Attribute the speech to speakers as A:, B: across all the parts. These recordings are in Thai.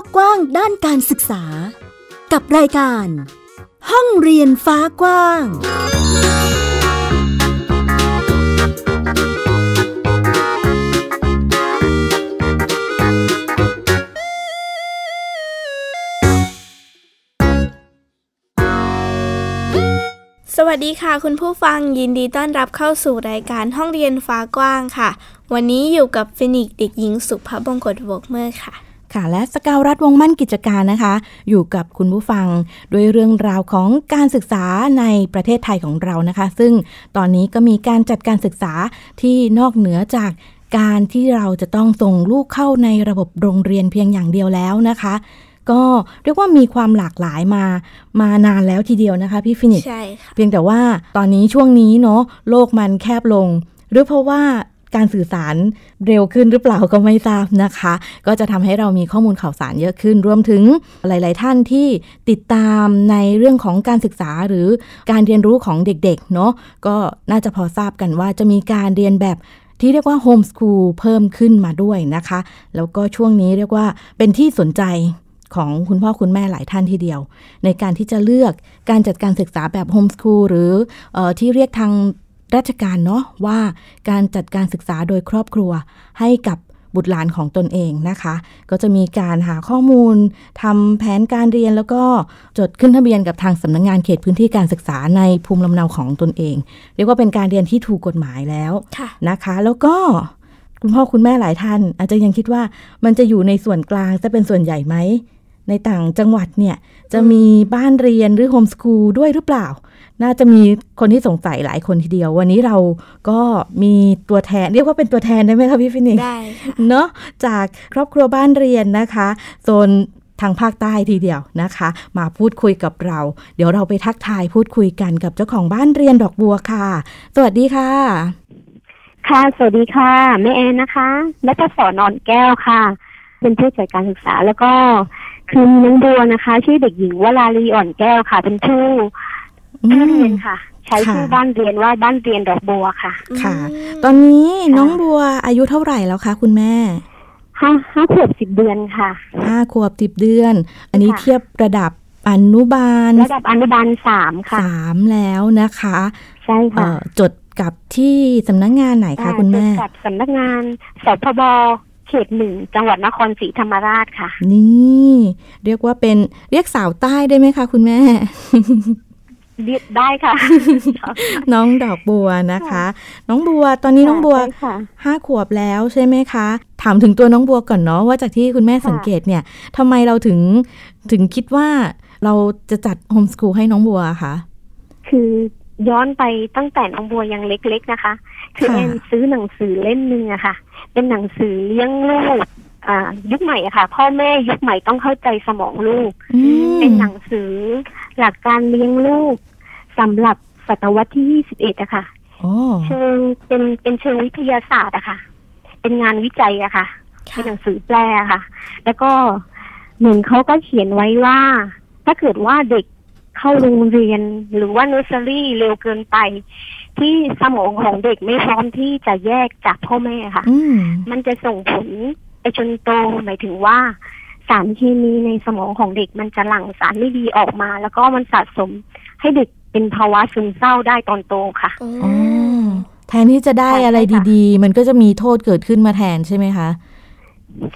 A: กกว้างด้านการศึกษา กับรายการ ห้องเรียนฟ้ากว้าง
B: สวัสดีค่ะ คุณผู้ฟังยินดีต้อนรับเข้าสู่รายการห้องเรียนฟ้ากว้างค่ะ วันนี้อยู่กับฟินิกซ์เด็กหญิงสุภบงกตวกเมอร์ค่ะ
C: ค่ะและสกาวรัฐวงศ์มั่นกิจการนะคะ อยู่กับคุณผู้ฟังด้วยเรื่องราวของการศึกษาในประเทศไทยของเรานะคะ ซึ่งตอนนี้ก็มีการจัดการศึกษาที่นอกเหนือจากการที่เราจะต้องส่งลูกเข้าในระบบโรงเรียนเพียงอย่างเดียวแล้วนะคะ ก็เรียกว่ามีความหลากหลายมามานานแล้วทีเดียวนะคะพี่ฟินิก
B: ใช่ค่ะ
C: เพียงแต่ว่าตอนนี้ช่วงนี้เนาะโลกมันแคบลง หรือเพราะว่าการสื่อสารเร็วขึ้นหรือเปล่าก็ไม่ทราบนะคะ ก็จะทำให้เรามีข้อมูลข่าวสารเยอะขึ้น รวมถึงหลาย ๆ ท่านที่ติดตามในเรื่องของการศึกษาหรือการเรียนรู้ของเด็ก ๆ เนาะก็น่าจะพอทราบกันว่าจะมีการเรียนแบบที่เรียกว่าโฮมสคูลเพิ่มขึ้นมาด้วยนะคะ แล้วก็ช่วงนี้เรียกว่าเป็นที่สนใจของคุณพ่อคุณแม่หลายท่านทีเดียว ในการที่จะเลือกการจัดการศึกษาแบบโฮมสคูลหรือเออที่เรียกทางราชการเนาะว่าการจัดการศึกษาโดยครอบครัวให้กับบุตรหลานของตนเองนะคะ ก็จะมีการหาข้อมูลทำแผนการเรียนแล้วก็จดขึ้นทะเบียนกับทางสำนักงงานเขตพื้นที่การศึกษาในภูมิลำเนาของตนเอง เรียกว่าเป็นการเรียนที่ถูกกฎหมายแล้ว
B: ค่ะ
C: นะคะแล้วก็คุณพ่อคุณแม่หลายท่าน อาจจะยังคิดว่ามันจะอยู่ในส่วนกลางจะเป็นส่วนใหญ่ไหม ในต่างจังหวัดเนี่ยจะมีบ้านเรียนหรือโฮมสคูลด้วยหรือเปล่า น่าจะมีคนที่สงสัยหลายคนทีเดียว วันนี้เราก็มีตัวแทน เรียกว่าเป็นตัวแทนได้ไหมคะพี่ฟินิก
B: ได้ค่ะ
C: เนาะจากครอบครัวบ้านเรียนนะคะโซนทางภาคใต้ทีเดียวนะคะ มาพูดคุยกับเรา เดี๋ยวเราไปทักทายพูดคุยกันกับเจ้าของบ้านเรียนดอกบัวค่ะ สวัสดีค่ะ
D: ค่ะ สวัสดีค่ะ แม่แอนนะคะ และก็สอนนอนแก้วค่ะ เป็นผู้จัดการศึกษา แล้วก็คือน้องบัวนะคะ ชื่อเด็กหญิงวลาลีอ่อนแก้วค่ะ เป็นผู้
C: อื
D: ผู้เรี
C: ม
D: ยนค่ะ ใช้
C: ค่ะ
D: ชื่อบ้านเรียนว่าบ้านเรียนดอกบัวค่ะ
C: ค่ะ ตอนนี้น้องบัวอายุเท่าไหร่แล้วคะคุณแม่
D: ห้าห้าขวบสิบเดือนค่ะ
C: ห้าขวบสิบเดือน อันนี้
D: ค่ะ
C: เทียบระดับอนุบาล
D: ระดับอนุบาลสามค่ะ
C: สามแล้วนะคะ
D: ใช่
C: เอ่
D: ค่ะ
C: อจดกับที่สำนักงานไหนคะคุณ
D: อ่า
C: แม่
D: เป็นกับสำนักงานสพบเขตหนึ่งจังหวัดนครศรีธรรมราชค่ะ
C: นี่เรียกว่าเป็นเรียกสาวใต้ได้ไหมคะคุณแม่
D: ได้ค่ะ
C: น้องดอกบัวนะคะ
D: ค่ะ
C: น้องบัวตอนนี้น้องบัว
D: ใช่ค่ะ
C: ห้าขวบแล้วใช่ไหมคะ ถามถึงตัวน้องบัวก่อนเนาะว่าจากที่คุณแม่
D: ค่ะ
C: สังเกตเนี่ยทำไมเราถึงถึงคิดว่าเราจะจัดโฮมสคูลให้น้องบัวคะ
D: คือย้อนไปตั้งแต่น้องบัวยังเล็กๆนะคะ คือ
C: ค่ะ
D: แอนซื้อหนังสือเล่มหนึ่งอะค่ะ เป็นหนังสือเลี้ยงลูกอ่ายุคใหม่อะค่ะ พ่อแม่ยุคใหม่ต้องเข้าใจสมองลูก
C: อืม
D: เป็นหนังสือหลักการเลี้ยงลูกสำหรับศตวรรษที่ 21อะค่ะ
C: โอ้
D: เชิงเป็นเป็นเชิงวิทยาศาสตร์อะค่ะ เป็นงานวิจัยอะค่ะ เป็นหนังสือแปลอะค่ะ แล้วก็เหมือนเขาก็เขียนไว้ว่า ถ้าเกิดว่าเด็กเข้าโรงเรียนหรือว่าเนสซอรี่เร็วเกินไป ที่สมองของเด็กไม่พร้อมที่จะแยกจากพ่อแม่ค่ะ
C: อืม
D: มันจะส่งผลไปจนโตหมายถึงว่าสารเคมีในสมองของเด็กมันจะหลั่งสารไม่ดีออกมา แล้วก็มันสะสมให้เด็กเป็นภาวะซึมเศร้าได้ตอนโตค่ะ
C: อ๋อแทนที่จะได้อะไรดีๆ มันก็จะมีโทษเกิดขึ้นมาแทนใช่ไหมคะ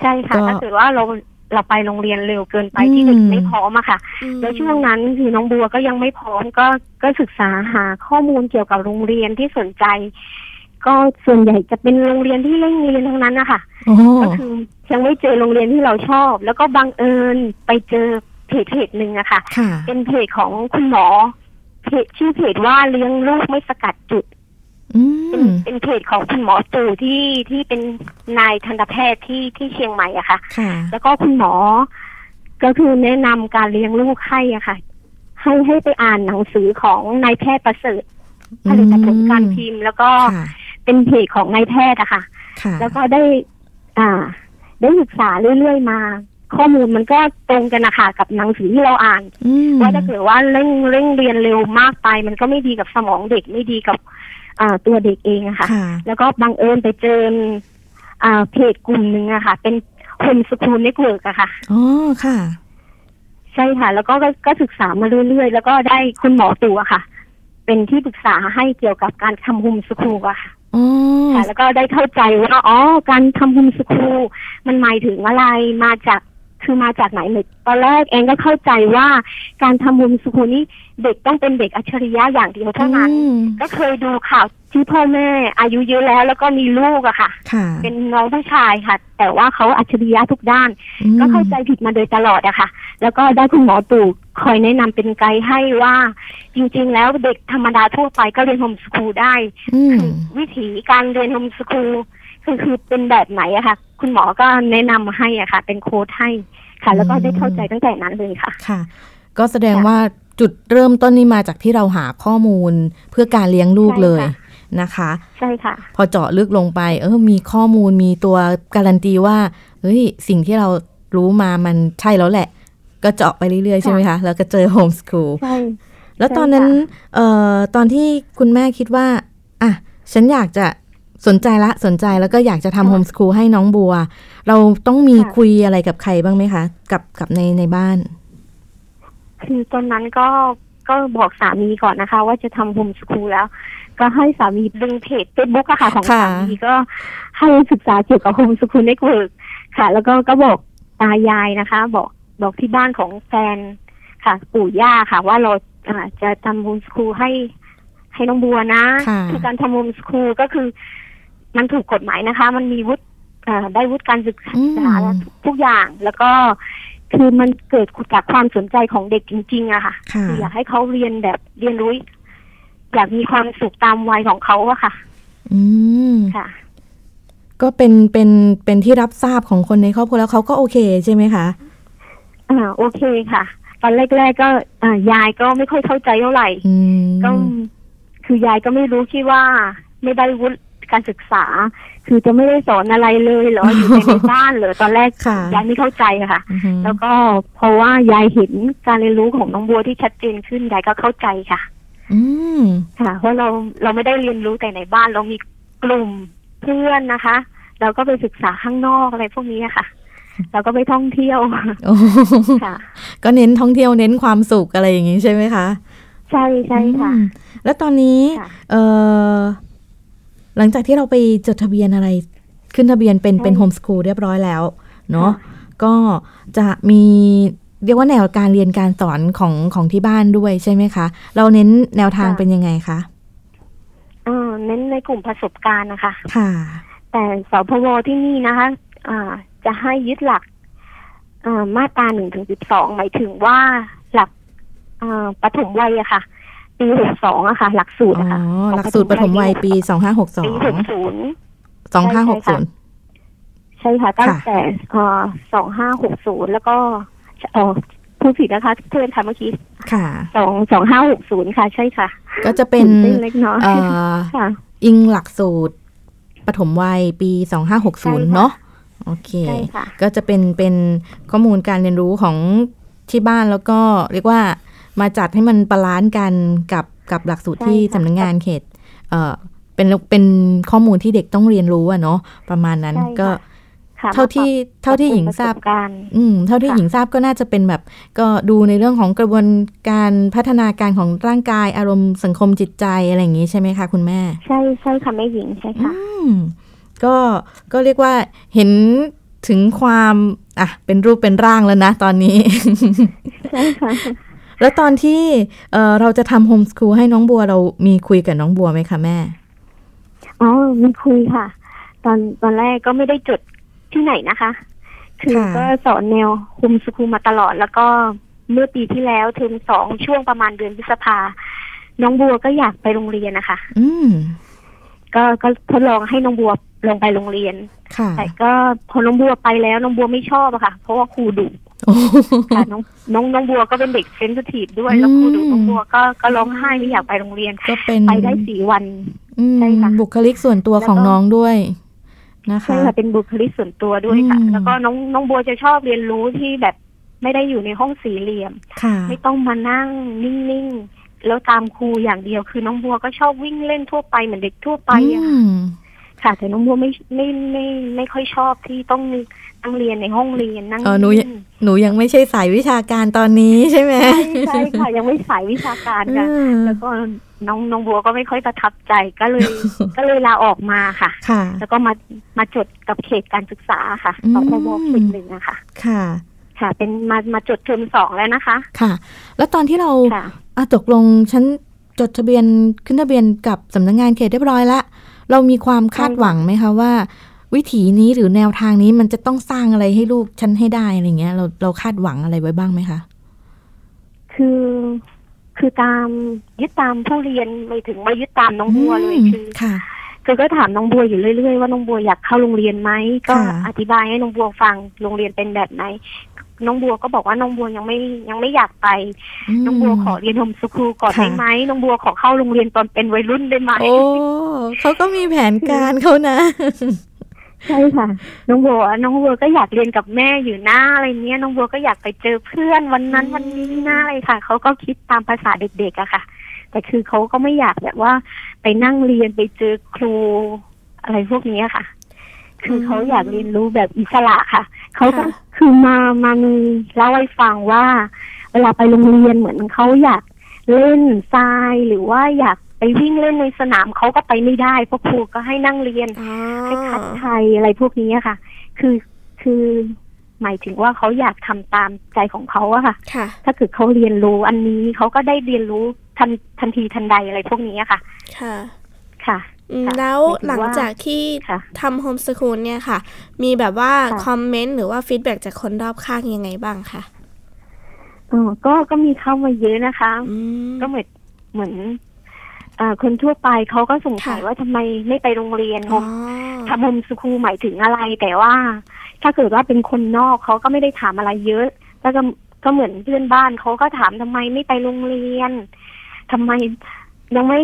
D: ใช่ค่ะ
C: ก็
D: ถ้าเกิดว่าเราเราไปโรงเรียนเร็วเกินไป
C: อืม
D: ที่เด็กไม่พร้อมอะค่ะ แล้วช่วงนั้นคือน้องบัวก็ยังไม่พร้อมก็ก็ศึกษาหาข้อมูลเกี่ยวกับโรงเรียนที่สนใจ ก็ส่วนใหญ่จะเป็นโรงเรียนที่เร่งเรียนทั้งนั้นนะคะ
C: โอ้
D: ก็คือยังไม่เจอโรงเรียนที่เราชอบ แล้วก็บังเอิญไปเจอเพจเพจหนึ่งอะค่ะ
C: ค่ะ
D: เป็นเพจของคุณหมอเพจชื่อเพจว่าเลี้ยงลูกไม่สกัดจุด
C: อื
D: เป็น
C: ม
D: เป็นเพจของคุณหมอตู่ที่ที่เป็นนายทันตแพทย์ที่ที่เชียงใหม่อะค่ะ
C: ค่ะ
D: แล้วก็คุณหมอ ก็คือแนะนำการเลี้ยงลูกให้อะค่ะ ให้ให้ไปอ่านหนังสือของนายแพทย์ประเสริฐผลิตผลการพิมพ์ แล้วก็
C: ค่ะ
D: เป็นเพจของนายแพทย์อะค่ะ
C: ค่ะ
D: แล้วก็ได้ อ่า ได้ศึกษาเรื่อยๆมา ข้อมูลมันก็ตรงกันนะคะกับหนังสือที่เราอ่าน
C: อืม
D: ว่าถ้าเกิดว่าเร่งเร่งเรียนเร็วมากไป มันก็ไม่ดีกับสมองเด็กไม่ดีกับ อ่าตัวเด็กเองอะค่ะ
C: ค่ะ
D: แล้วก็บังเอิญไปเจออ่าเพจกลุ่มหนึ่งอะค่ะ เป็น คมสกูลเน็ตเวิร์กอะค่ะ
C: อ๋อค่ะ
D: ใช่ค่ะ แล้วก็ก็ก็ศึกษามาเรื่อยๆ แล้วก็ได้คุณหมอตู่อะค่ะ เป็นที่ปรึกษาให้เกี่ยวกับการทำโฮมสกูลอะค่ะ
C: อ๋อ
D: ค่ะแล้วก็ได้เข้าใจว่าอ๋อการทำโฮมสคูลมันหมายถึงอะไรมาจากคือมาจากไหนเลยตอนแรกเองก็เข้าใจว่าการทำโฮมสคูลนี่เด็กต้องเป็นเด็กอัจฉริยะอย่างเดียวเท่านั้น
C: อืม
D: ก็เคยดูข่าวที่พ่อแม่อายุเยอะแล้ว แล้วก็มีลูกอะค่ะ
C: ค่ะ
D: เป็นน้องผู้ชายค่ะ แต่ว่าเขาอัจฉริยะทุกด้าน
C: อืม
D: ก็เข้าใจผิดมาโดยตลอดอะค่ะ แล้วก็ได้คุณหมอตู่คอยแนะนำเป็นไกด์ให้ว่า จริงๆ แล้วเด็กธรรมดาทั่วไปก็เรียนโฮมสคูลได้
C: อืม
D: วิถีการเรียนโฮมสคูลคือคือเป็นแบบไหนอะค่ะ คุณหมอก็แนะนำให้อะค่ะ เป็นโค้ดให้ค่ะ แล้วก็ได้เข้าใจตั้งแต่นั้นเลยค่ะ
C: ค่ะ ก็แสดงว่าจุดเริ่มต้นนี่มาจากที่เราหาข้อมูลเพื่อการเลี้ยงลูกเลย
D: ใช่ค่ะ
C: นะคะ
D: ใช่ค่ะ
C: พอเจาะลึกลงไป เออ มีข้อมูลมีตัวการันตีว่า เฮ้ย สิ่งที่เรารู้มามันใช่แล้วแหละ ก็เจาะไปเรื่อยๆ ใช่ไหมคะ แล้วก็เจอโฮมส o ูล
D: ใช่
C: แล้ว
D: ใช่
C: ตอนนั้น
D: ค่ะ
C: เอ่อ ตอนที่คุณแม่คิดว่า อ่ะ ฉันอยากจะสนใจละ สนใจแล้วก็อยากจะทำโฮมส o ูลให้น้องบัว เราต้องมี
D: ค่ะ
C: คุยอะไรกับใครบ้างไหมคะ กับกับในในบ้าน
D: คือตอนนั้นก็ก็บอกสามีก่อนนะคะ ว่าจะทำโฮมสคูลแล้ว ก็ให้สามีดึงเพจเฟซบุ๊กอะค่ะ ของ
C: ค่ะ
D: สามีก็ให้ศึกษาเกี่ยวกับโฮมสคูลเน็ตเวิร์กค่ะ แล้วก็ก็บอกตายายนะคะ บอกบอกที่บ้านของแฟนค่ะ ปู่ย่าค่ะ ว่าเราอ่าจะทำโฮมสคูลให้ ให้น้องบัวนะ
C: ค่ะ
D: คือการทำโฮมสคูลก็คือ มันถูกกฎหมายนะคะ มันมีวุฒิเอ่อได้วุฒิการศึกษา
C: อืม
D: และทุกทุกอย่าง แล้วก็คือมันเกิดจากความสนใจของเด็กจริงๆอะค่ะ
C: ค่ะ
D: คืออยากให้เขาเรียนแบบเรียนรู้อยากมีความสุขตามวัยของเขาอะค่ะ
C: อืม
D: ค่ะ
C: ก็เป็น เป็น เป็นที่รับทราบของคนในครอบครัวแล้วเขาก็โอเคใช่ไหมคะ
D: อ่าโอเคค่ะ ตอนแรกๆก็อ่ายายก็ไม่ค่อยเข้าใจเท่าไหร่
C: อืม
D: ก็คือยายก็ไม่รู้คิดว่าไม่ได้วุฒิการศึกษา คือจะไม่ได้สอนอะไรเลยเหรอ อยู่แต่ในบ้านเหรอตอนแรก
C: ค่ะ
D: ยายไม่เข้าใจอะค่ะ
C: อือฮึ
D: แล้วก็เพราะว่ายายเห็นการเรียนรู้ของน้องบัวที่ชัดเจนขึ้นยายก็เข้าใจค่ะ
C: อืม
D: ค่ะเพราะเราเราไม่ได้เรียนรู้แต่ในบ้านเรามีกลุ่มเพื่อนนะคะเราก็ไปศึกษาข้างนอกอะไรพวกนี้อะค่ะ เราก็ไปท่องเที่ยว
C: โอ้โห
D: ค่ะ
C: ก็เน้นท่องเที่ยวเน้นความสุขอะไรอย่างนี้ใช่ไหมคะ
D: ใช่ใช่ค่ะ
C: อืมแล้วตอนนี้
D: ค่ะ
C: เออหลังจากที่เราไปจดทะเบียนอะไร ขึ้นทะเบียนเป็นเป็นโฮมส o ูลเรียบร้อยแล้ว เนาะก็จะมีเรียกว่าแนวการเรียนการสอนของของที่บ้านด้วยใช่ไหมคะ เราเน้นแนวทางเป็นยังไงคะ
D: เอ่อเน้นในกลุ่มประสบการณ์นะคะ
C: ค่ะ
D: แต่สพวที่นี่นะคะอ่าจะให้ยึดหลักอ่ามาตราหนึ่งถึงสิบสองหมายถึงว่าหลักอ่าปฐมวัยอะค่ะ ปีหกสองอะค่ะ หลักสูตร
C: อ๋อ
D: อะค่ะ
C: หลักสูตรปฐมวัยปีสองห้าหกสอ
D: ปี
C: ง
D: หกศูนย์
C: สองห้าหก
D: ใช่
C: ศูน
D: ค่ะ
C: ย์
D: ใช่ค่ะ ตั้ง
C: ค่ะ
D: แต่สองห้าหกศูนย์แล้วก็เอ่อผู้ผิดนะคะเพื่อนค่ะเมื่อกี้
C: ค่ะ
D: สองสองห้าหกศูนย์ค่ะ ใช่ค่ะ
C: ก็จะเป็น
D: ตื่เต้นเล็กน้อย
C: เอ่อ
D: ค่ะ
C: อิงหลักสูตรปฐมวัยปี
D: ใช่ค่ะ
C: 2560 เนาะโอเค
D: ใช่ค่ะ
C: ก็จะเป็นเป็นข้อมูลการเรียนรู้ของที่บ้านแล้วก็เรียกว่ามาจัดให้มันบาลานซ์กันกับกับหลักสูตร
D: ใช่
C: ที่
D: ค่ะ
C: สำนักงานเขตเอ่อเป็นเป็นข้อมูลที่เด็กต้องเรียนรู้อะเนาะประมาณนั้น
D: ใช่ค่ะ
C: ก็
D: ค่ะ
C: เท่าที่เท่าที่หญิงทราบ
D: ประสการณ์
C: อืมเท่าที่
D: ค่ะ
C: หญิงทราบก็น่าจะเป็นแบบ ก็ดูในเรื่องของกระบวนการพัฒนาการของร่างกายอารมณ์สังคมจิตใจอะไรอย่างนี้ใช่ไหมคะคุณแม่
D: ใช่ใช่ค่ะแม่หญิงใช่ค่ะ
C: อืมก็ก็เรียกว่าเห็นถึงความอ่ะเป็นรูปเป็นร่างแล้วนะตอน นี้
D: ใช่ค่ะ
C: แล้วตอนที่เอ่อเราจะทำโฮมส o ูลให้น้องบัวเรามีคุยกับน้องบัวไหมคะแม่
D: อ๋อมีคุยค่ะ ตอนตอนแรกก็ไม่ได้จดที่ไหนนะคะ คือ
C: ค่ะ
D: ก็สอนแนวคุมสกูมาตลอด แล้วก็เมื่อปีที่แล้วเทอมสองช่วงประมาณเดือนพฤษภา น้องบัวก็อยากไปโรงเรียนนะคะ
C: อืม
D: ก็ก็ทดลองให้น้องบัวลงไปโรงเรียน
C: ค่ะ
D: แต่ก็พอน้องบัวไปแล้วน้องบัวไม่ชอบอะค่ะ เพราะว่าครูดุ
C: โอ้โห
D: ค่ะน้องน้องน้องบัวก็เป็นเด็กเซนซิทีฟด้วยแล้ว
C: อืม
D: ครูดุน้องบัวก็ก็ร้องไห้ไม่อยากไปโรงเรียน
C: ก็เป็น
D: ไปได้สี่วัน
C: อืม
D: ใช่ค่ะ
C: บุคลิกส่วนตัว
D: แล้วก็
C: ของน้องด้วยนะคะ
D: ใช่ค่ะเป็นบุคลิกส่วนตัวด้วยค่ะ
C: อืม
D: แล้วก็น้องน้องบัวจะชอบเรียนรู้ที่แบบไม่ได้อยู่ในห้องสี่เหลี่ยม
C: ค่ะ
D: ไม่ต้องมานั่งนิ่งๆ แล้วตามครูอย่างเดียวคือน้องบัวก็ชอบวิ่งเล่นทั่วไปเหมือนเด็กทั่วไปอะ
C: อืม
D: ค่ะแต่น้องบัวไม่ไม่ไม่ไม่ไม่ค่อยชอบที่ต้องนั่งเรียนในห้องเรียนนั่ง
C: เออหนู
D: ม
C: หนูยังไม่ใช่สายวิชาการตอนนี้ ใช่ไหม
D: ใช่ใช่ค่ะ ยังไม่สายวิชาการค่ะ
C: อืม
D: แล้วก็น้องน้องบัวก็ไม่ค่อยประทับใจก็เลย ก็เลยลาออกมาค่ะ
C: ค่ะ
D: แล้วก็มามาจดกับเขตการศึกษาค่ะ
C: อืม
D: สพบเขตหนึ่งอะค่ะ
C: ค่ะ
D: ค่ะ เป็นมามาจดเทอมสองแล้วนะคะ
C: ค่ะ แล้วตอนที่เรา
D: ค่ะ
C: อะตกลงฉันจดทะเบียนขึ้นทะเบียนกับสำนักงานเขตเรียบร้อยละเรามีความคาดหวังไหมคะว่า วิถีนี้หรือแนวทางนี้มันจะต้องสร้างอะไรให้ลูกฉันให้ได้อะไรเงี้ยเราเราคาดหวังอะไรไว้บ้างไหมคะ
D: คือคือตามยึดตามผู้เรียนไม่ถึงมายึดตามน้องบัวเลย
C: อืม
D: คือ
C: ค่ะ
D: คือก็ถามน้องบัวอยู่เรื่อยๆว่าน้องบัวอยากเข้าโรงเรียนไหมก็
C: ค่ะ
D: อธิบายให้น้องบัวฟังโรงเรียนเป็นแบบไหน น้องบัวก็บอกว่าน้องบัวยังไม่ยังไม่อยากไป
C: ม
D: น้องบัวขอเรียนโฮมสคูลก่อน
C: ค่ะ
D: ได้ไหมน้องบัวขอเข้าโรงเรียนตอนเป็นวัยรุ่นได้ไหม
C: โอ้เขาก็มีแผนการเขา นะ
D: ใช่ค่ะ น้องบัวน้องบัวก็อยากเรียนกับแม่อยู่หน้าอะไรเนี้ยน้องบัวก็อยากไปเจอเพื่อนวันนั้นวันนี้หน้าอะไรค่ะเขาก็คิดตามภาษาเด็กๆอะค่ะ แต่คือเขาก็ไม่อยากแบบว่าไปนั่งเรียนไปเจอครูอะไรพวกเนี้ยค่ะ คืออ
B: ม
D: เขาอยากเรียนรู้แบบอิสระค่ะ เขาก็คือมามามีเล่าให้ฟังว่า เวลาไปโรงเรียนเหมือนเขาอยากเล่นทรายหรือว่าอยากไปวิ่งเล่นในสนามเขาก็ไปไม่ได้เพราะครูก็ให้นั่งเรียน
B: อ๋อ
D: ให้คัดไทยอะไรพวกนี้อะค่ะ คือคือหมายถึงว่าเขาอยากทำตามใจของเขาอะค่ะ
B: ค่ะ
D: ถ้าเกิดเขาเรียนรู้อันนี้เขาก็ได้เรียนรู้ทันทันทีทันใดอะไรพวกนี้อะค่ะ
B: ค่ะ
D: ค่ะ
B: อืม
D: ค่ะ
B: แล้วหลังจากที่
D: ค่ะ
B: ทำโฮมสคูลเนี่ยค่ะ มีแบบว่า
D: ค่ะ
B: คอมเมนต์หรือว่าฟีดแบ็จากคนรอบข้างยังไงบ้างคะ
D: เออก็ก็มีเข้ามาเยอะนะคะ
B: อืม
D: ก็เหมือนเหมือนเอ่อคนทั่วไปเขาก็สงสัย
B: ค่ะ
D: ว่าทำไมไม่ไปโรงเรียน
B: อ๋อ
D: ทำโฮมสคูลหมายถึงอะไร แต่ว่า ถ้าเกิดว่าเป็นคนนอกเขาก็ไม่ได้ถามอะไรเยอะ แล้วก็ก็เหมือนเพื่อนบ้านเขาก็ถามทำไมไม่ไปโรงเรียนทำไมยังไม่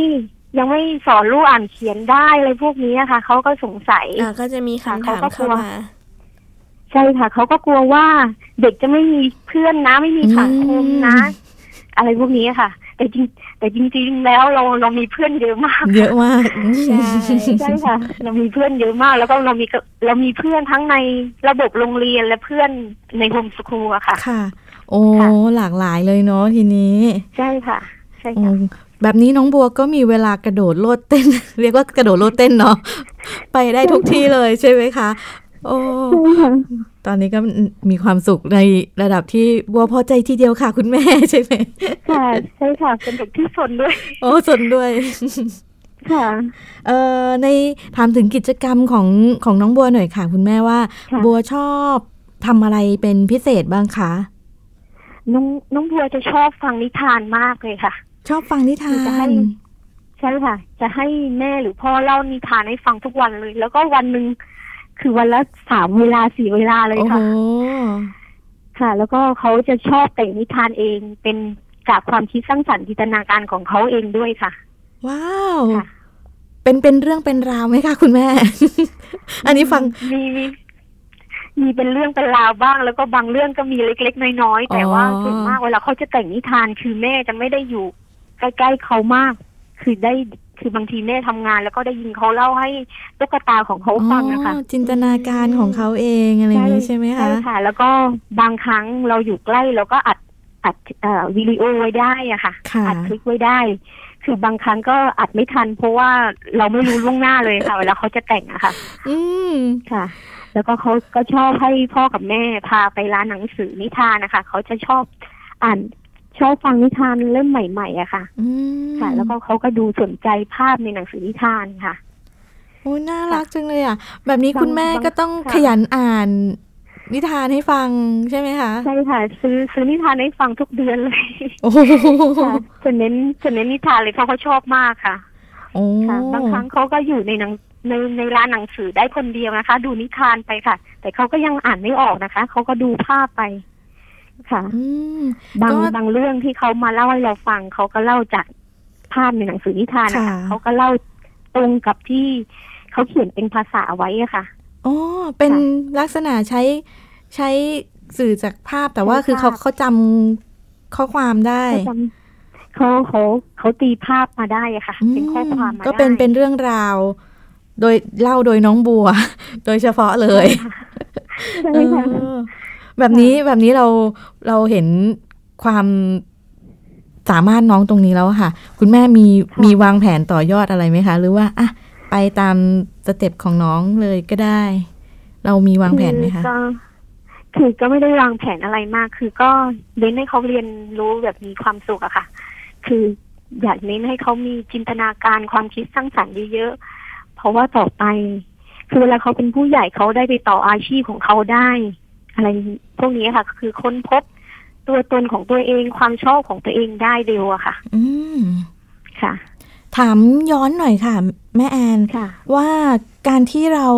D: ยังไม่สอนลูกอ่านเขียนได้อะไรพวกนี้นะคะเขาก็สงสัย
B: อ่าก็จะมีคำถาม
D: ค่ะเขาก็กลั
B: เข้าว มา
D: ใช่ค่ะเขาก็กลัวว่าเด็กจะไม่มีเพื่อนนะ ไม่มีสังคมนะ
C: อืม
D: อะไรพวกนี้ค่ะ แต่จริง แต่จริง ๆ แล้วเราเรามีเพื่อนเยอะมาก
C: เยอะมาก
B: ใช่
D: ใช่ค่ะ เรามีเพื่อนเยอะมาก แล้วก็เรามีก็เรามีเพื่อนทั้งในระบบโรงเรียนและเพื่อนในโฮมสคูลอะค่ะ
C: ค่ะ โอ้
D: ค่ะ
C: หลากหลายเลยเนาะทีนี้
D: ใช่ค่ะ ใช่
C: อื
D: ค่ะ
C: มแบบนี้น้องบัวก็มีเวลากระโดดโลดเต้น เรียกว่ากระโดดโลดเต้นเนาะ ไปได้ทุกที่เลยใช่ไหมคะ โอ้ตอนนี้ก็มีความสุขในระดับที่บัวพอใจทีเดียวค่ะ คุณแม่ ใช่ไหม
D: ค่ะใช่ค่ะเป็นเด็กที่สนด้วย
C: โอ้สนด้วย
D: ค่ะ
C: เอ่อในถามถึงกิจกรรมของของน้องบัวหน่อยค่ะ คุณแม่ว่า
D: ค่ะ
C: บัวชอบทำอะไรเป็นพิเศษบ้างคะ
D: น้องน้องบัวจะชอบฟังนิทานมากเลยค่ะ
C: ชอบฟังนิทา
D: คือจะให้
C: น
D: ใช่ค่ะ จะให้แม่หรือพ่อเล่านิทานให้ฟังทุกวันเลย แล้วก็วันหนึ่งคือวันละสามเวลาสี่เวลาเลย
C: โอ้โห
D: ค่ะ ค่ะ แล้วก็เขาจะชอบแต่งนิทานเองเป็นจากความคิดสร้างสรรค์จินตนาการของเขาเองด้วยค่ะ
C: ว้าว
D: ค่ะ
C: เป็นเป็นเรื่องเป็นราวไหมคะคุณแม่ อันนี้ฟัง
D: มีมีมีเป็นเรื่องเป็นราวบ้าง แล้วก็บางเรื่องก็มีเล็กๆน้อยๆแต่ว่า
C: อ๋อ
D: ส่วนมากเวลาเขาจะแต่งนิทานคือแม่จะไม่ได้อยู่ใกล้ๆเขามาก คือได้คือบางทีแม่ทำงาน แล้วก็ได้ยินเขาเล่าให้ตุ๊กตาของเขาฟังนะคะ
C: อ๋อจินตนาการของเขาเองอะไรอย่างนี้ใช่ไหมคะ
D: ใช่ค่ะ แล้วก็บางครั้งเราอยู่ใกล้เราก็อัดอัดเอ่อวิดีโอไว้ได้อะค่ะ
C: ค่ะ
D: อัดคลิปไว้ได้ คือบางครั้งก็อัดไม่ทัน เพราะว่าเราไม่รู้ล่วงหน้าเลยค่ะ เวลาเขาจะแต่งอะค่ะ
C: อืม
D: ค่ะ แล้วก็เขาก็ชอบให้พ่อกับแม่พาไปร้านหนังสือนิทานนะคะเขาจะชอบอ่านชอบฟังนิทานเล่มใหม่ๆอะค่ะ
C: อืม
D: ค่ะ แล้วก็เขาก็ดูสนใจภาพในหนังสือนิทานค่ะ
C: โอ้น่ารักจังเลยอ่ะ แบบนี้
D: บาง
C: คุณแม่
D: บาง
C: ก็ต้อง
D: ค่ะ
C: ขยันอ่านนิทานให้ฟังใช่ไหมคะ
D: ใช่ค่ะ ซื้อซื้อนิทานให้ฟังทุกเดือนเลย
C: โอ้โห
D: ค่ะจะเน้นจะเน้นนิทานเลยเพราะเขาชอบมากค่ะ
C: โอ้
D: ค่ะ บางครั้งเขาก็อยู่ในหนังในในร้านหนังสือได้คนเดียวนะคะ ดูนิทานไปค่ะ แต่เขาก็ยังอ่านไม่ออกนะคะเขาก็ดูภาพไป ค่ะ
C: อืม
D: บาง
C: ก็
D: บางเรื่องที่เขามาเล่าให้เราฟังเขาก็เล่าจากภาพในหนังสือนิทานนะ
C: ค่ะ
D: คะเขาก็เล่าตรงกับที่เขาเขียนเป็นภาษาไว้อะค่ะ
C: อ๋อ เป็น
D: ค่
C: ลักษณะใช้ใช้สื่อจากภาพแต่ว่า
D: ใช้
C: คือเขา
D: ภาพ
C: เขาจำข้อความได้
D: เขาจำเขาเขาเขาตีภาพมาได้อะค่ะ
C: อืม
D: เป็นข้อความมาได้
C: ก็เป็นเป็นเรื่องราว โดยเล่าโดยน้องบัว โดยเฉพาะเลย
D: ใช่
C: เอ
D: ค่ะ
C: อแบบนี้แบบนี้เราเราเห็นความสามารถน้องตรงนี้แล้วอะค่ะ คุณแม่มีมีวางแผนต่อยอดอะไรไหมคะ หรือว่าอ่ะไปตามสเต็ปของน้องเลยก็ได้ เรามีวางแผนไหมคะ
D: อก็คือก็ไม่ได้วางแผนอะไรมาก คือก็เน้นให้เขาเรียนรู้แบบมีความสุขอะค่ะ คืออยากเน้นให้เขามีจินตนาการความคิดสร้างสรรค์เยอะๆเพราะว่าต่อไป คือเวลาเขาเป็นผู้ใหญ่เขาได้ไปต่ออาชีพของเขาได้ อะไรพวกนี้ค่ะ คือค้นพบตัวตนของตัวเองความชอบของตัวเองได้เร็วอะค่ะ
C: อืม
D: ค่ะ
C: ถามย้อนหน่อยค่ะ แม่แอน
D: ค่ะ
C: ว่าการที่เรา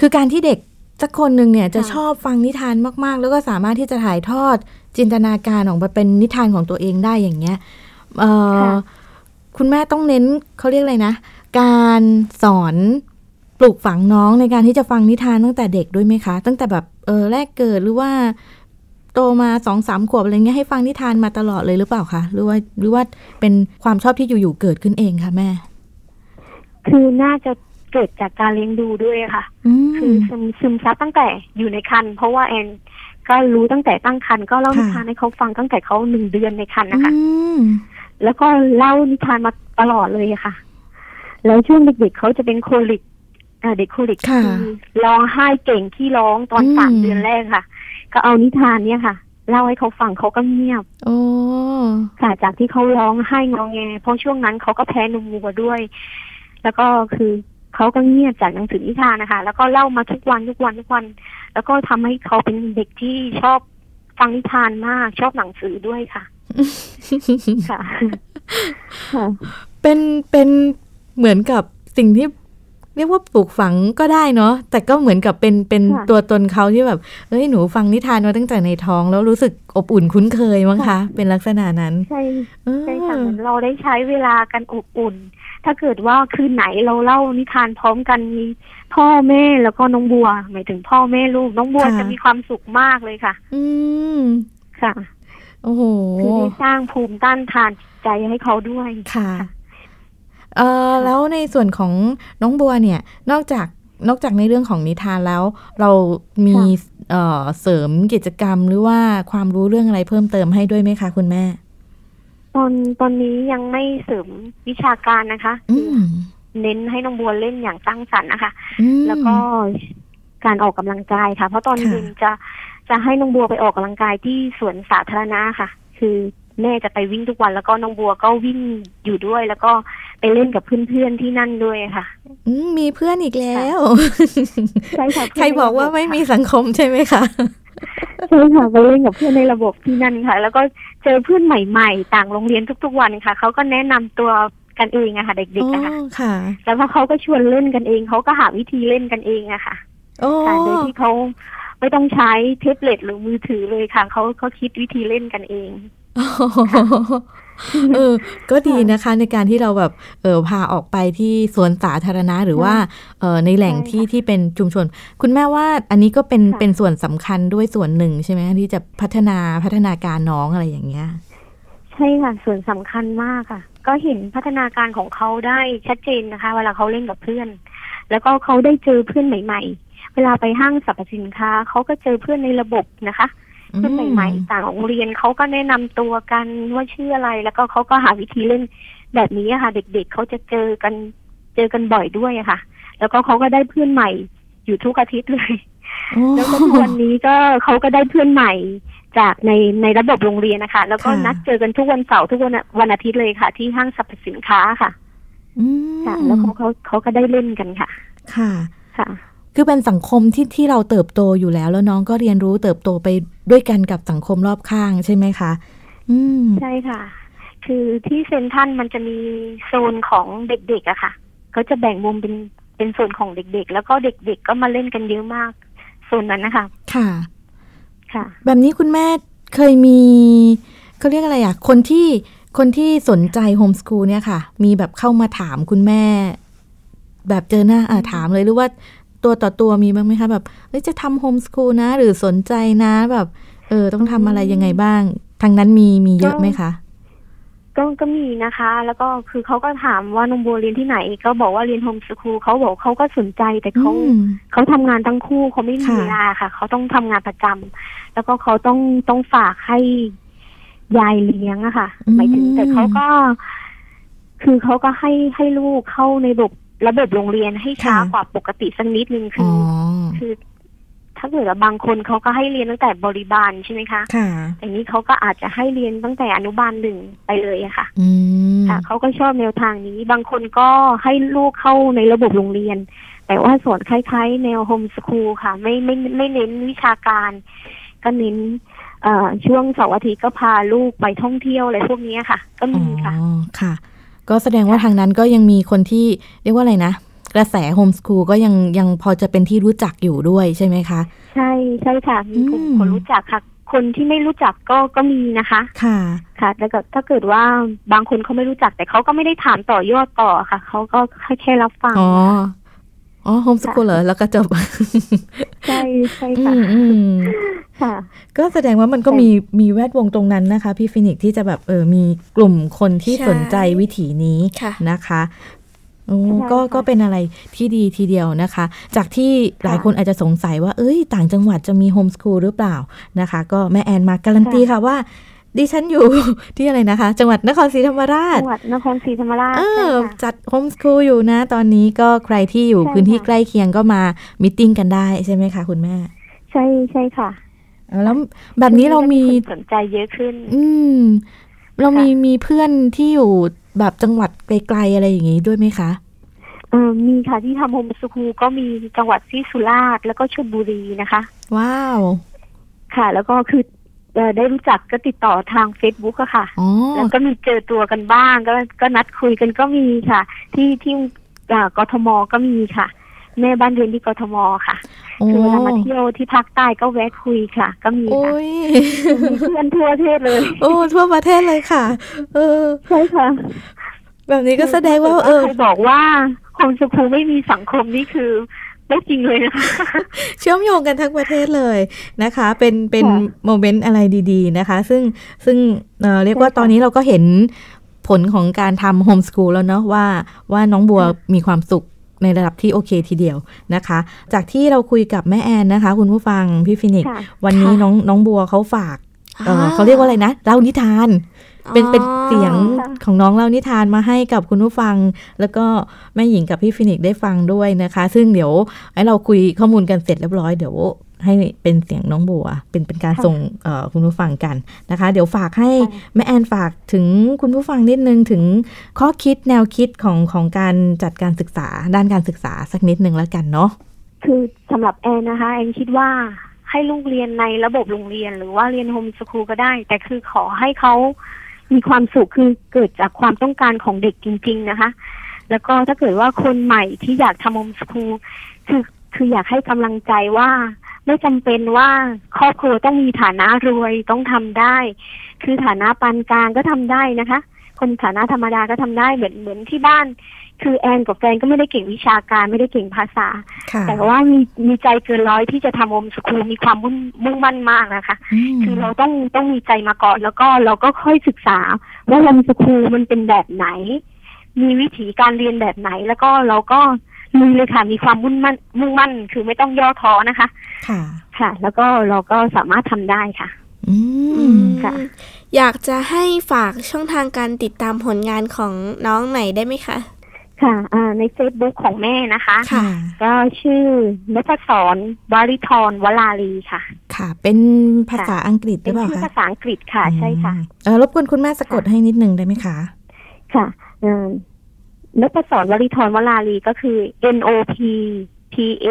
C: คือการที่เด็กสักคนหนึ่งเนี่ยจะ
D: ค่ะ
C: ชอบฟังนิทานมาก ๆ แล้วก็สามารถที่จะถ่ายทอดจินตนาการออกมาเป็นนิทานของตัวเองได้อย่างเงี้ยเอ่อ
D: ค่ะ
C: คุณแม่ต้องเน้นเขาเรียกอะไรนะ การสอนปลูกฝังน้องในการที่จะฟังนิทานตั้งแต่เด็กด้วยไหมคะ ตั้งแต่แบบเออแรกเกิดหรือว่าโตมาสองสามขวบอะไรเงี้ยให้ฟังนิทานมาตลอดเลยหรือเปล่าคะหรือว่าหรือว่าเป็นความชอบที่อยู่ๆเกิดขึ้นเองคะแม่
D: คือน่าจะเกิดจากการเลี้ยงดูด้วยค่ะ
C: อื
D: คือ
C: ม
D: ซึมซึมซับตั้งแต่อยู่ในครรภ์เพราะว่าแอนก็รู้ตั้งแต่ตั้งครรภ์ก็เล่า
C: ค่ะ
D: นิทานให้เขาฟังตั้งแต่เขาหนึ่งเดือนในครรภ์นะคะ
C: อืม
D: แล้วก็เล่านิทานมาตลอดเลยอะค่ะ แล้วช่วงเด็กๆเขาจะเป็นโคลิกอ่าเด็กโคลิก
C: ค่ะ
D: อร้องไห้เก่งขี้ร้องตอน
C: อืม
D: สามเดือนแรกค่ะ ก็เอานิทานเนี่ยค่ะ เล่าให้เขาฟังเขาก็เงียบ
C: โอ้
D: ค่ะจากที่เขาร้องไห้งอแงเพราะช่วงนั้นเขาก็แพ้นมวัวด้วย แล้วก็คือเขาก็เงียบจากหนังสือนิทานนะคะ แล้วก็เล่ามาทุกวันทุกวันทุกวัน แล้วก็ทำให้เขาเป็นเด็กที่ชอบฟังนิทานมากชอบหนังสือด้วย ค่ะ ค่ะ ค่ะ
C: เป็น เป็นเหมือนกับสิ่งที่เรียกว่าปลูกฝังก็ได้เนาะ แต่ก็เหมือนกับเป็น เป็น
D: ค่ะ
C: ตัวตนเขาที่แบบ เอ้ย หนูฟังนิทานมาตั้งแต่ในท้อง แล้วรู้สึกอบอุ่นคุ้นเคยมั้งคะ
D: ค่ะ
C: เป็นลักษณะนั้น
D: ใช่
C: เออ
D: ใช่ค่ะเหมือนเราได้ใช้เวลากันอบอุ่น ถ้าเกิดว่าคืนไหนเราเล่านิทานพร้อมกันมีพ่อแม่แล้วก็น้องบัว หมายถึงพ่อแม่ลูกน้องบัวจะมีความสุขมากเลยค่ะ
C: อืม
D: ค่ะ
C: โอ้โห
D: คือได้สร้างภูมิต้านทานจิตใจให้เขาด้วย
C: ค่ะ เอ่อ แล้วในส่วนของน้องบัวเนี่ย นอกจาก นอกจากในเรื่องของนิทานแล้ว เรามี
D: ค่ะ
C: เอ่อ เสริมกิจกรรมหรือว่าความรู้เรื่องอะไรเพิ่มเติมให้ด้วยไหมคะคุณแม่
D: ตอนตอนนี้ยังไม่เสริมวิชาการนะคะ
C: อืม
D: เน้นให้น้องบัวเล่นอย่างตั้งสรรค์นะคะ
C: อืม
D: แล้วก็การออกกำลังกายค่ะ เพราะตอน
C: ค่ะ
D: เย็นจะจะให้น้องบัวไปออกกำลังกายที่สวนสาธารณะค่ะ คือแม่จะไปวิ่งทุกวันแล้วก็น้องบัวก็วิ่งอยู่ด้วย แล้วก็ไปเล่นกับเพื่อนๆที่นั่นด้วยค่ะ
C: อืมมีเพื่อนอีกแล้ว
D: ใช่ค่ะ
C: ใครบอกว่าไม่มีสังคมใช่ไหมคะ
D: ใช่ค่ะไปเล่นกับเพื่อนในระบบที่นั่นค่ะ แล้วก็เจอเพื่อนใหม่ ๆ ต่างโรงเรียนทุก ๆ วันค่ะเขาก็แนะนำตัวกันเองอะค่ะ เด็
C: อ๋
D: ก
C: อ
D: ๆอะค่ะ
C: ค่ะ
D: แล้วพอเขาก็ชวนเล่นกันเองเขาก็หาวิธีเล่นกันเองอะค่ะ
C: โอ้
D: ค่ะโดยที่เขาไม่ต้องใช้แท็บเล็ตหรือมือถือเลยค่ะเขาเขาคิดวิธีเล่นกันเอง
C: เออ ก็ดีนะคะในการที่เราแบบ เออพาออกไปที่สวนสาธารณะหรือว่า เออในแหล่ง
D: ใช่
C: ที่
D: ค่ะ
C: ที่เป็นชุมชน คุณแม่ว่าอันนี้ก็เป็น
D: ค่ะ
C: เป็นส่วนสำคัญด้วยส่วนหนึ่งใช่ไหมที่จะพัฒนาพัฒนาการน้องอะไรอย่างเงี้ย
D: ใช่ค่ะ ส่วนสำคัญมากค่ะ ก็เห็นพัฒนาการของเขาได้ชัดเจนนะคะ เวลาเขาเล่นกับเพื่อน แล้วก็เขาได้เจอเพื่อนใหม่ ๆ เวลาไปห้างสรรพสินค้าเขาก็เจอเพื่อนในระบบนะคะ เพื่อนใหม่ ๆ ต่างโรงเรียนเขาก็แนะนำตัวกันว่าชื่ออะไร แล้วก็เขาก็หาวิธีเล่นแบบนี้อะค่ะ เด็กๆเขาจะเจอกันเจอกันบ่อยด้วยอะค่ะ แล้วก็เขาก็ได้เพื่อนใหม่ อยู่ทุกอาทิตย์เลย
C: โอ้
D: แล้วก็ทุกวันนี้ก็เขาก็ได้เพื่อนใหม่จากในในระบบโรงเรียนนะคะ แล้วก็นัดเจอกันทุกวันเสาร์ทุกวันอะวันอาทิตย์เลยค่ะ ที่ห้างสรรพสินค้าค่ะ
C: อื
D: ค่ะ แล้ว
C: ม
D: เขาเขาเขาก็ได้เล่นกันค่ะ
C: ค่ะ
D: ค่ะ
C: คือเป็นสังคมที่ที่เราเติบโตอยู่แล้ว แล้วน้องก็เรียนรู้เติบโตไปด้วยกันกับสังคมรอบข้างใช่ไหมคะ อืม
D: ใช่ค่ะ คือที่เซนทรันมันจะมีโซนของเด็กๆอะค่ะเขาจะแบ่งมุมเป็นเป็นส่วนของเด็กๆ แล้วก็เด็กๆก็มาเล่นกันเยอะมากโซนนั้นนะคะ
C: ค่ะ
D: ค่ะ
C: แบบนี้คุณแม่เคยมีเขาเรียกอะไรอ่ะ คนที่คนที่สนใจโฮมสกูลเนี่ยค่ะ มีแบบเข้ามาถามคุณแม่ แบบเจอหน้าอ่ะถามเลยหรือว่าตัวต่อตัวมีบ้างไหมคะ แบบเอ้ยจะทำโฮมสกูลนะ หรือสนใจนะแบบ เออ ต้องทำอะไรยังไงบ้าง ทางนั้นมีมีเยอะไหมคะ
D: ก็ก็มีนะคะ แล้วก็คือเขาก็ถามว่าน้องบัวเรียนที่ไหนก็บอกว่าเรียนโฮมสคูลเขาบอกเขาก็สนใจแต่เขา
C: อืม
D: เขาทำงานทั้งคู่เขาไม่มี
C: ค่ะ
D: เวลาค่ะ เขาต้องทำงานประจำแล้วก็เขาต้องต้องฝากให้ยายเลี้ยงอะค่ะหมายถึงแต่เขาก็ คือเขาก็ให้ให้ลูกเข้าในระบบระบบโรงเรียนให้ช้า
C: ค่ะ
D: กว่าปกติสักนิดนึงคื
C: อ๋อ
D: ออคือ ถ้าเกิดว่าบางคนเขาก็ให้เรียนตั้งแต่บริบาลใช่ไหมคะ
C: ค่ะ
D: แต่นี้เขาก็อาจจะให้เรียนตั้งแต่อนุบาลหนึ่งไปเลยอะค่ะ
C: อืม
D: ค่ะเขาก็ชอบแนวทางนี้ บางคนก็ให้ลูกเข้าในระบบโรงเรียน แต่ว่าสอนคล้ายๆ แนวโฮมสคูลค่ะ ไม่ไม่ไม่เน้นวิชาการ ก็เน้นเอ่อช่วงเสาร์อาทิตย์ก็พาลูกไปท่องเที่ยวอะไรพวกนี้ค่ะ ก็
C: อ๋
D: มีค่ะ
C: อ ค่ะ ก็แสดงว่าทางนั้นก็ยังมีคนที่เรียกว่าอะไรนะ กระแสโฮมสคูลก็ยังยังพอจะเป็นที่รู้จักอยู่ด้วยใช่ไหมคะ
D: ใช่ใช่ค่ะ มีกลุ่ม
C: อืม
D: คนรู้จักค่ะ คนที่ไม่รู้จักก็ก็มีนะคะ
C: ค่ะ
D: ค่ะ แล้วก็ถ้าเกิดว่าบางคนเขาไม่รู้จัก แต่เขาก็ไม่ได้ถามต่อยอดต่อค่ะเขาก็แค่รับฟัง
C: อ๋อ อ๋อโฮมสกูลเหรอ แล้วก็จบ
D: ใช่ใช่
C: อื
D: ค่ะ
C: มอืม
D: ค่ะ
C: ก็แสดงว่ามันก็
D: ใช่
C: มีมีแวดวงตรงนั้นนะคะ พี่ฟินิกซ์ที่จะแบบเออมีกลุ่มคนที่
B: ใช่
C: สนใจวิถีนี้
B: ค่ะ
C: นะคะโอ้
D: ใช่ค่ะ
C: ก็ก็เป็นอะไรที่ดีทีเดียวนะคะ จากที่หลาย
D: ค่ะ
C: คนอาจจะสงสัยว่า เอ้ย ต่างจังหวัดจะมีโฮมส o ูลหรือเปล่านะคะ ก็แม่แอนมาการันตี
D: ค่ะ
C: ค่ะว่า ดิฉันอยู่ ที่อะไรนะคะ จังหวัดนครศรีธรรมราช
D: จังหวัดนครศรีธรรมราช
C: เอ
D: ใช่
C: อ
D: ค่ะ
C: จัดโฮมส o ูลอยู่นะ ตอนนี้ก็ใครที่อยู่
D: ใช่
C: พื้นที่
D: ค่ะ
C: ใกล้เคียงก็มามิทติ้งกันได้ใช่ไหมคะคุณแม่
D: ใช่ใช่ค่ะ
C: เอาแล้วแบบนี้เรามี
D: คนสนใจเยอะขึ้น
C: อืม เรา
D: ค่ะ
C: มีมีเพื่อนที่อยู่แบบจังหวัดไกลๆอะไรอย่างนี้ด้วยไหมคะ
D: เออมีค่ะที่ทำโฮมสคูลก็มีจังหวัดที่สุราษฎร์แล้วก็ชลบุรีนะคะ
C: ว้าว
D: ค่ะ แล้วก็คือเอ่อได้รู้จักก็ติดต่อทาง Facebook อะค่ะ
C: อ๋อ
D: แล้วก็มีเจอตัวกันบ้างก็ก็นัดคุยกันก็มีค่ะ ที่ที่เอ่อกทมก็มีค่ะ แม่บ้านเรียนที่กทมค่ะ
C: โอ้
D: คือเวลามาเที่ยวที่ภาคใต้ก็แวะคุยค่ะ ก็มี
C: โอ้
D: ค่ะ
C: ย
D: มีเพื่อนทั่วประเทศเลย
C: โอ้ทั่วประเทศเลยค่ะ เออ
D: ใช่ค่ะ
C: แบบนี้ก็แสดงว่า เออ
D: ใครบอกว่าโฮมสคูลไม่มีสังคมนี่คือไม่จริงเลยนะคะ
C: เชื่อมโยงกันทั้งประเทศเลยนะคะ เป็นเป็น
D: ค่ะ
C: โมเมนต์อะไรดีๆนะคะ ซึ่งซึ่งเอ่อเรียกว่า
D: ใช่ค่ะ
C: ตอนนี้เราก็เห็นผลของการทำโฮมส o ูลแล้วเนาะว่าว่าน้องบัวมีความสุขในระดับที่โอเคทีเดียวนะคะ จากที่เราคุยกับแม่แอนนะคะ คุณผู้ฟังพี่ฟินิกซ์
D: ค่ะ
C: วันนี้น้องน้องบัวเขาฝากเอ่ออเขาเรียกว่าอะไรนะเล่านิทาน เป็นเป็นเสียง
D: ค่ะ
C: ของน้องเล่านิทานมาให้กับคุณผู้ฟัง แล้วก็แม่หญิงกับพี่ฟินิกซ์ได้ฟังด้วยนะคะ ซึ่งเดี๋ยวไอ้เราคุยข้อมูลกันเสร็จเรียบร้อยเดี๋ยวให้เป็นเสียงน้องบัว เป็นเป็นการ
D: ค่ะ
C: ส่งเอ่อคุณผู้ฟังกันนะคะ เดี๋ยวฝากให้
D: ค่ะ
C: แม่แอนฝากถึงคุณผู้ฟังนิดนึงถึงข้อคิดแนวคิดของของการจัดการศึกษาด้านการศึกษาสักนิดนึงแล้วกันเนาะ
D: คือสำหรับแอนนะคะแอนคิดว่าให้ลูกเรียนในระบบโรงเรียน หรือว่าเรียนโฮมสคูลก็ได้ แต่คือขอให้เขามีความสุขคือเกิดจากความต้องการของเด็กจริง ๆนะคะ แล้วก็ถ้าเกิดว่าคนใหม่ที่อยากทำโฮมสคูลคือคืออยากให้กำลังใจว่า ไม่จำเป็นว่าครอบครัวต้องมีฐานะรวยต้องทำได้ คือฐานะปานกลางก็ทำได้นะคะ คนฐานะธรรมดาก็ทำได้เหมือนเหมือนที่บ้าน คือแอนกับแฟนก็ไม่ได้เก่งวิชาการไม่ได้เก่งภาษา
C: ค่ะ
D: แต่ว่ามีมีใจเกินร้อยที่จะทำโอมสคูลมีความมุ่งมุ่งมั่นมากนะคะ
C: อืม
D: คือเราต้องต้องมีใจมาก่อนแล้วก็เราก็ค่อยศึกษา ว่าโอมสคูลมันเป็นแบบไหน มีวิธีการเรียนแบบไหน แล้วก็เราก็ลุยเลยค่ะมีความมุ่งมั่นมุ่งมั่น คือไม่ต้องย่อท้อนะคะ
C: ค่ะ
D: ค่ะ แล้วก็เราก็สามารถทำได้ค่ะ
C: อื
B: อื
C: ม
B: ม
D: ค่ะ
B: อยากจะให้ฝากช่องทางการติดตามผลงานของน้องหน่อยได้ไหมคะ
D: ค่ะอ่าใน Facebook ของแม่นะคะ
C: ค่ะ
D: ก็ชื่อนพศรวาริธรวลาลีค่ะ
C: ค่ะ เป็นภาษาอังกฤษห
D: เป็
C: รื
D: น
C: อเปล่า
D: ชื่อ
C: คะ
D: ภาษาอังกฤษค่ะ ใช่ค่ะ
C: อืมเออรบกวนคุณแม่สะกดให้นิดนึงได้ไหมคะ
D: ค่ะเอิ่มนพศรวริธรวราลีก็คือ N O P P A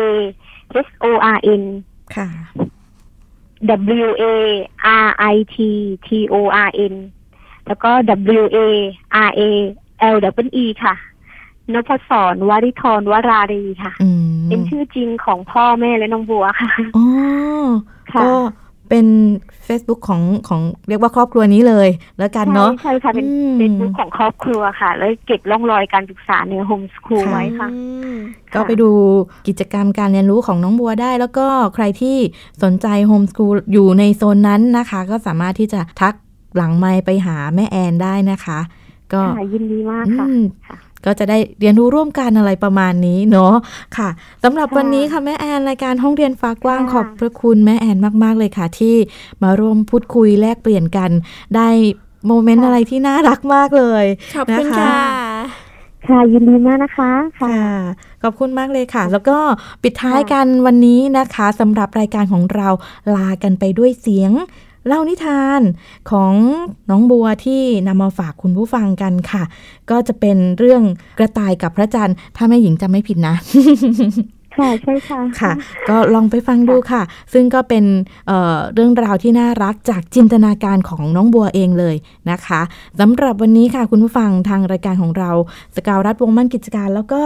D: H O R N
C: ค่ะ
D: W A R I T T O R N แล้วก็ W A R A L W E ค่ะนพศรวริธรวราลีค่ะ
C: อืม
D: เป็นชื่อจริงของพ่อแม่และน้องบัวค่ะ
C: อ๋อ
D: ค่ะ
C: ก็เป็น Facebook ของของเรียกว่าครอบครัวนี้เลย แล้วกันเนาะ
D: ใช่ใช่ค่ะ เป็น
C: อืม
D: เฟซบุ๊กของครอบครัวค่ะ แล้วเก็บร่องรอยการศึกษาในโฮมสคูลไว้ค่ะ
B: อืม
C: ก็ไปดูกิจกรรมการเรียนรู้ของน้องบัวได้ แล้วก็ใครที่สนใจโฮมส o ูลอยู่ในโซนนั้นนะคะ ก็สามารถที่จะทัก หลังไมค์ไปหาแม่แอนได้นะคะ ก็
D: ค่ะยินดีมากค่ะ
C: อืม
D: ค่ะ
C: ก็จะได้เรียนรู้ร่วมกันอะไรประมาณนี้เนาะค่ะสำหรับวันนี้ค่ะแม่แอนรายการห้องเรียนฟ้ากว้าง
D: ค่ะ
C: ขอบพระคุณแม่แอนมาก ๆ เลยค่ะ ที่มาร่วมพูดคุยแลกเปลี่ยนกัน ได้โมเมนต์
D: ค่ะ
C: อะไรที่น่ารักมากเลย
B: ขอบคุณ
C: น
B: ค่ะ
D: ค่ะยินดีมากนะคะค่ะ
C: ค่ะ ขอบคุณมากเลยค่ะ แล้วก็ปิดท้ายกันวันนี้นะคะสำหรับรายการของเราลากันไปด้วยเสียง เล่านิทานของน้องบัวที่นำมาฝากคุณผู้ฟังกันค่ะ ก็จะเป็นเรื่องกระต่ายกับพระจันทร์ ถ้าแม่หญิงจำไม่ผิดนะ
D: ค่ะใช่ค่ะ
C: ค่ะ ก็ลองไปฟังดูค่ะ ซึ่งก็เป็นเอ่อเรื่องราวที่น่ารักจากจินตนาการของน้องบัวเองเลยนะคะสำหรับวันนี้ค่ะคุณผู้ฟังทางรายการของเราสกาวรัฐวงศ์มั่นกิจการแล้วก็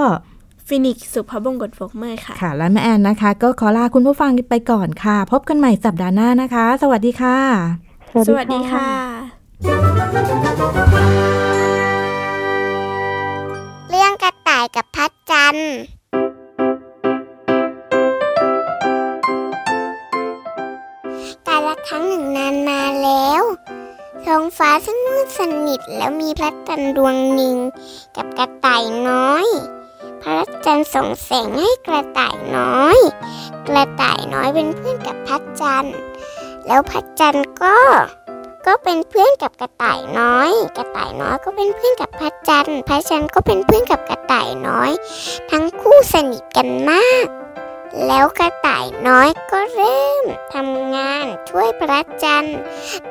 B: ฟินิกสุภบงกตโฟกเมอร์ค่ะ
C: ค่ะ และแม่แอนนะคะ ก็ขอลาคุณผู้ฟังไปก่อนค่ะ พบกันใหม่สัปดาห์หน้านะคะ สวัสดีค่ะ
B: สวัสดีค่ะ
E: เรื่องกระต่ายกับพระจันทร์ กาลครั้งหนึ่งนานมาแล้ว ท้องฟ้าซึ่งมืดสนิทแล้วมีพระจันทร์ดวงหนึ่งกับกระต่ายน้อย พระจันทร์ส่งแสงให้กระต่ายน้อย กระต่ายน้อยเป็นเพื่อนกับพระจันทร์ แล้วพระจันทร์ก็ ก็เป็นเพื่อนกับกระต่ายน้อย กระต่ายน้อยก็เป็นเพื่อนกับพระจันทร์ พระจันทร์ก็เป็นเพื่อนกับกระต่ายน้อย ทั้งคู่สนิทกันมาก แล้วกระต่ายน้อยก็เริ่มทำงานช่วยพระจันทร์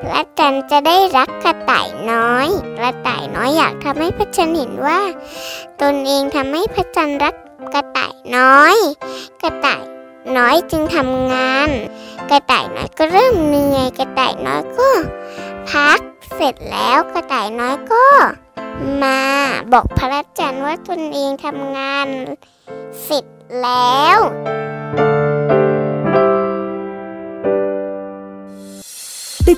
E: พระจันทร์จะได้รักกระต่ายน้อย กระต่ายน้อยอยากทำให้พระจันทร์เห็นว่า ตนเองทำให้พระจันทร์รักกระต่ายน้อย กระต่ายน้อยจึงทำงาน กระต่ายน้อยก็เริ่มเหนื่อย กระต่ายน้อยก็ พักเสร็จแล้วกระต่ายน้อยก็ มาบอกพระจันทร์ว่าตนเองทำงานเสร็จแล้ว
A: ติด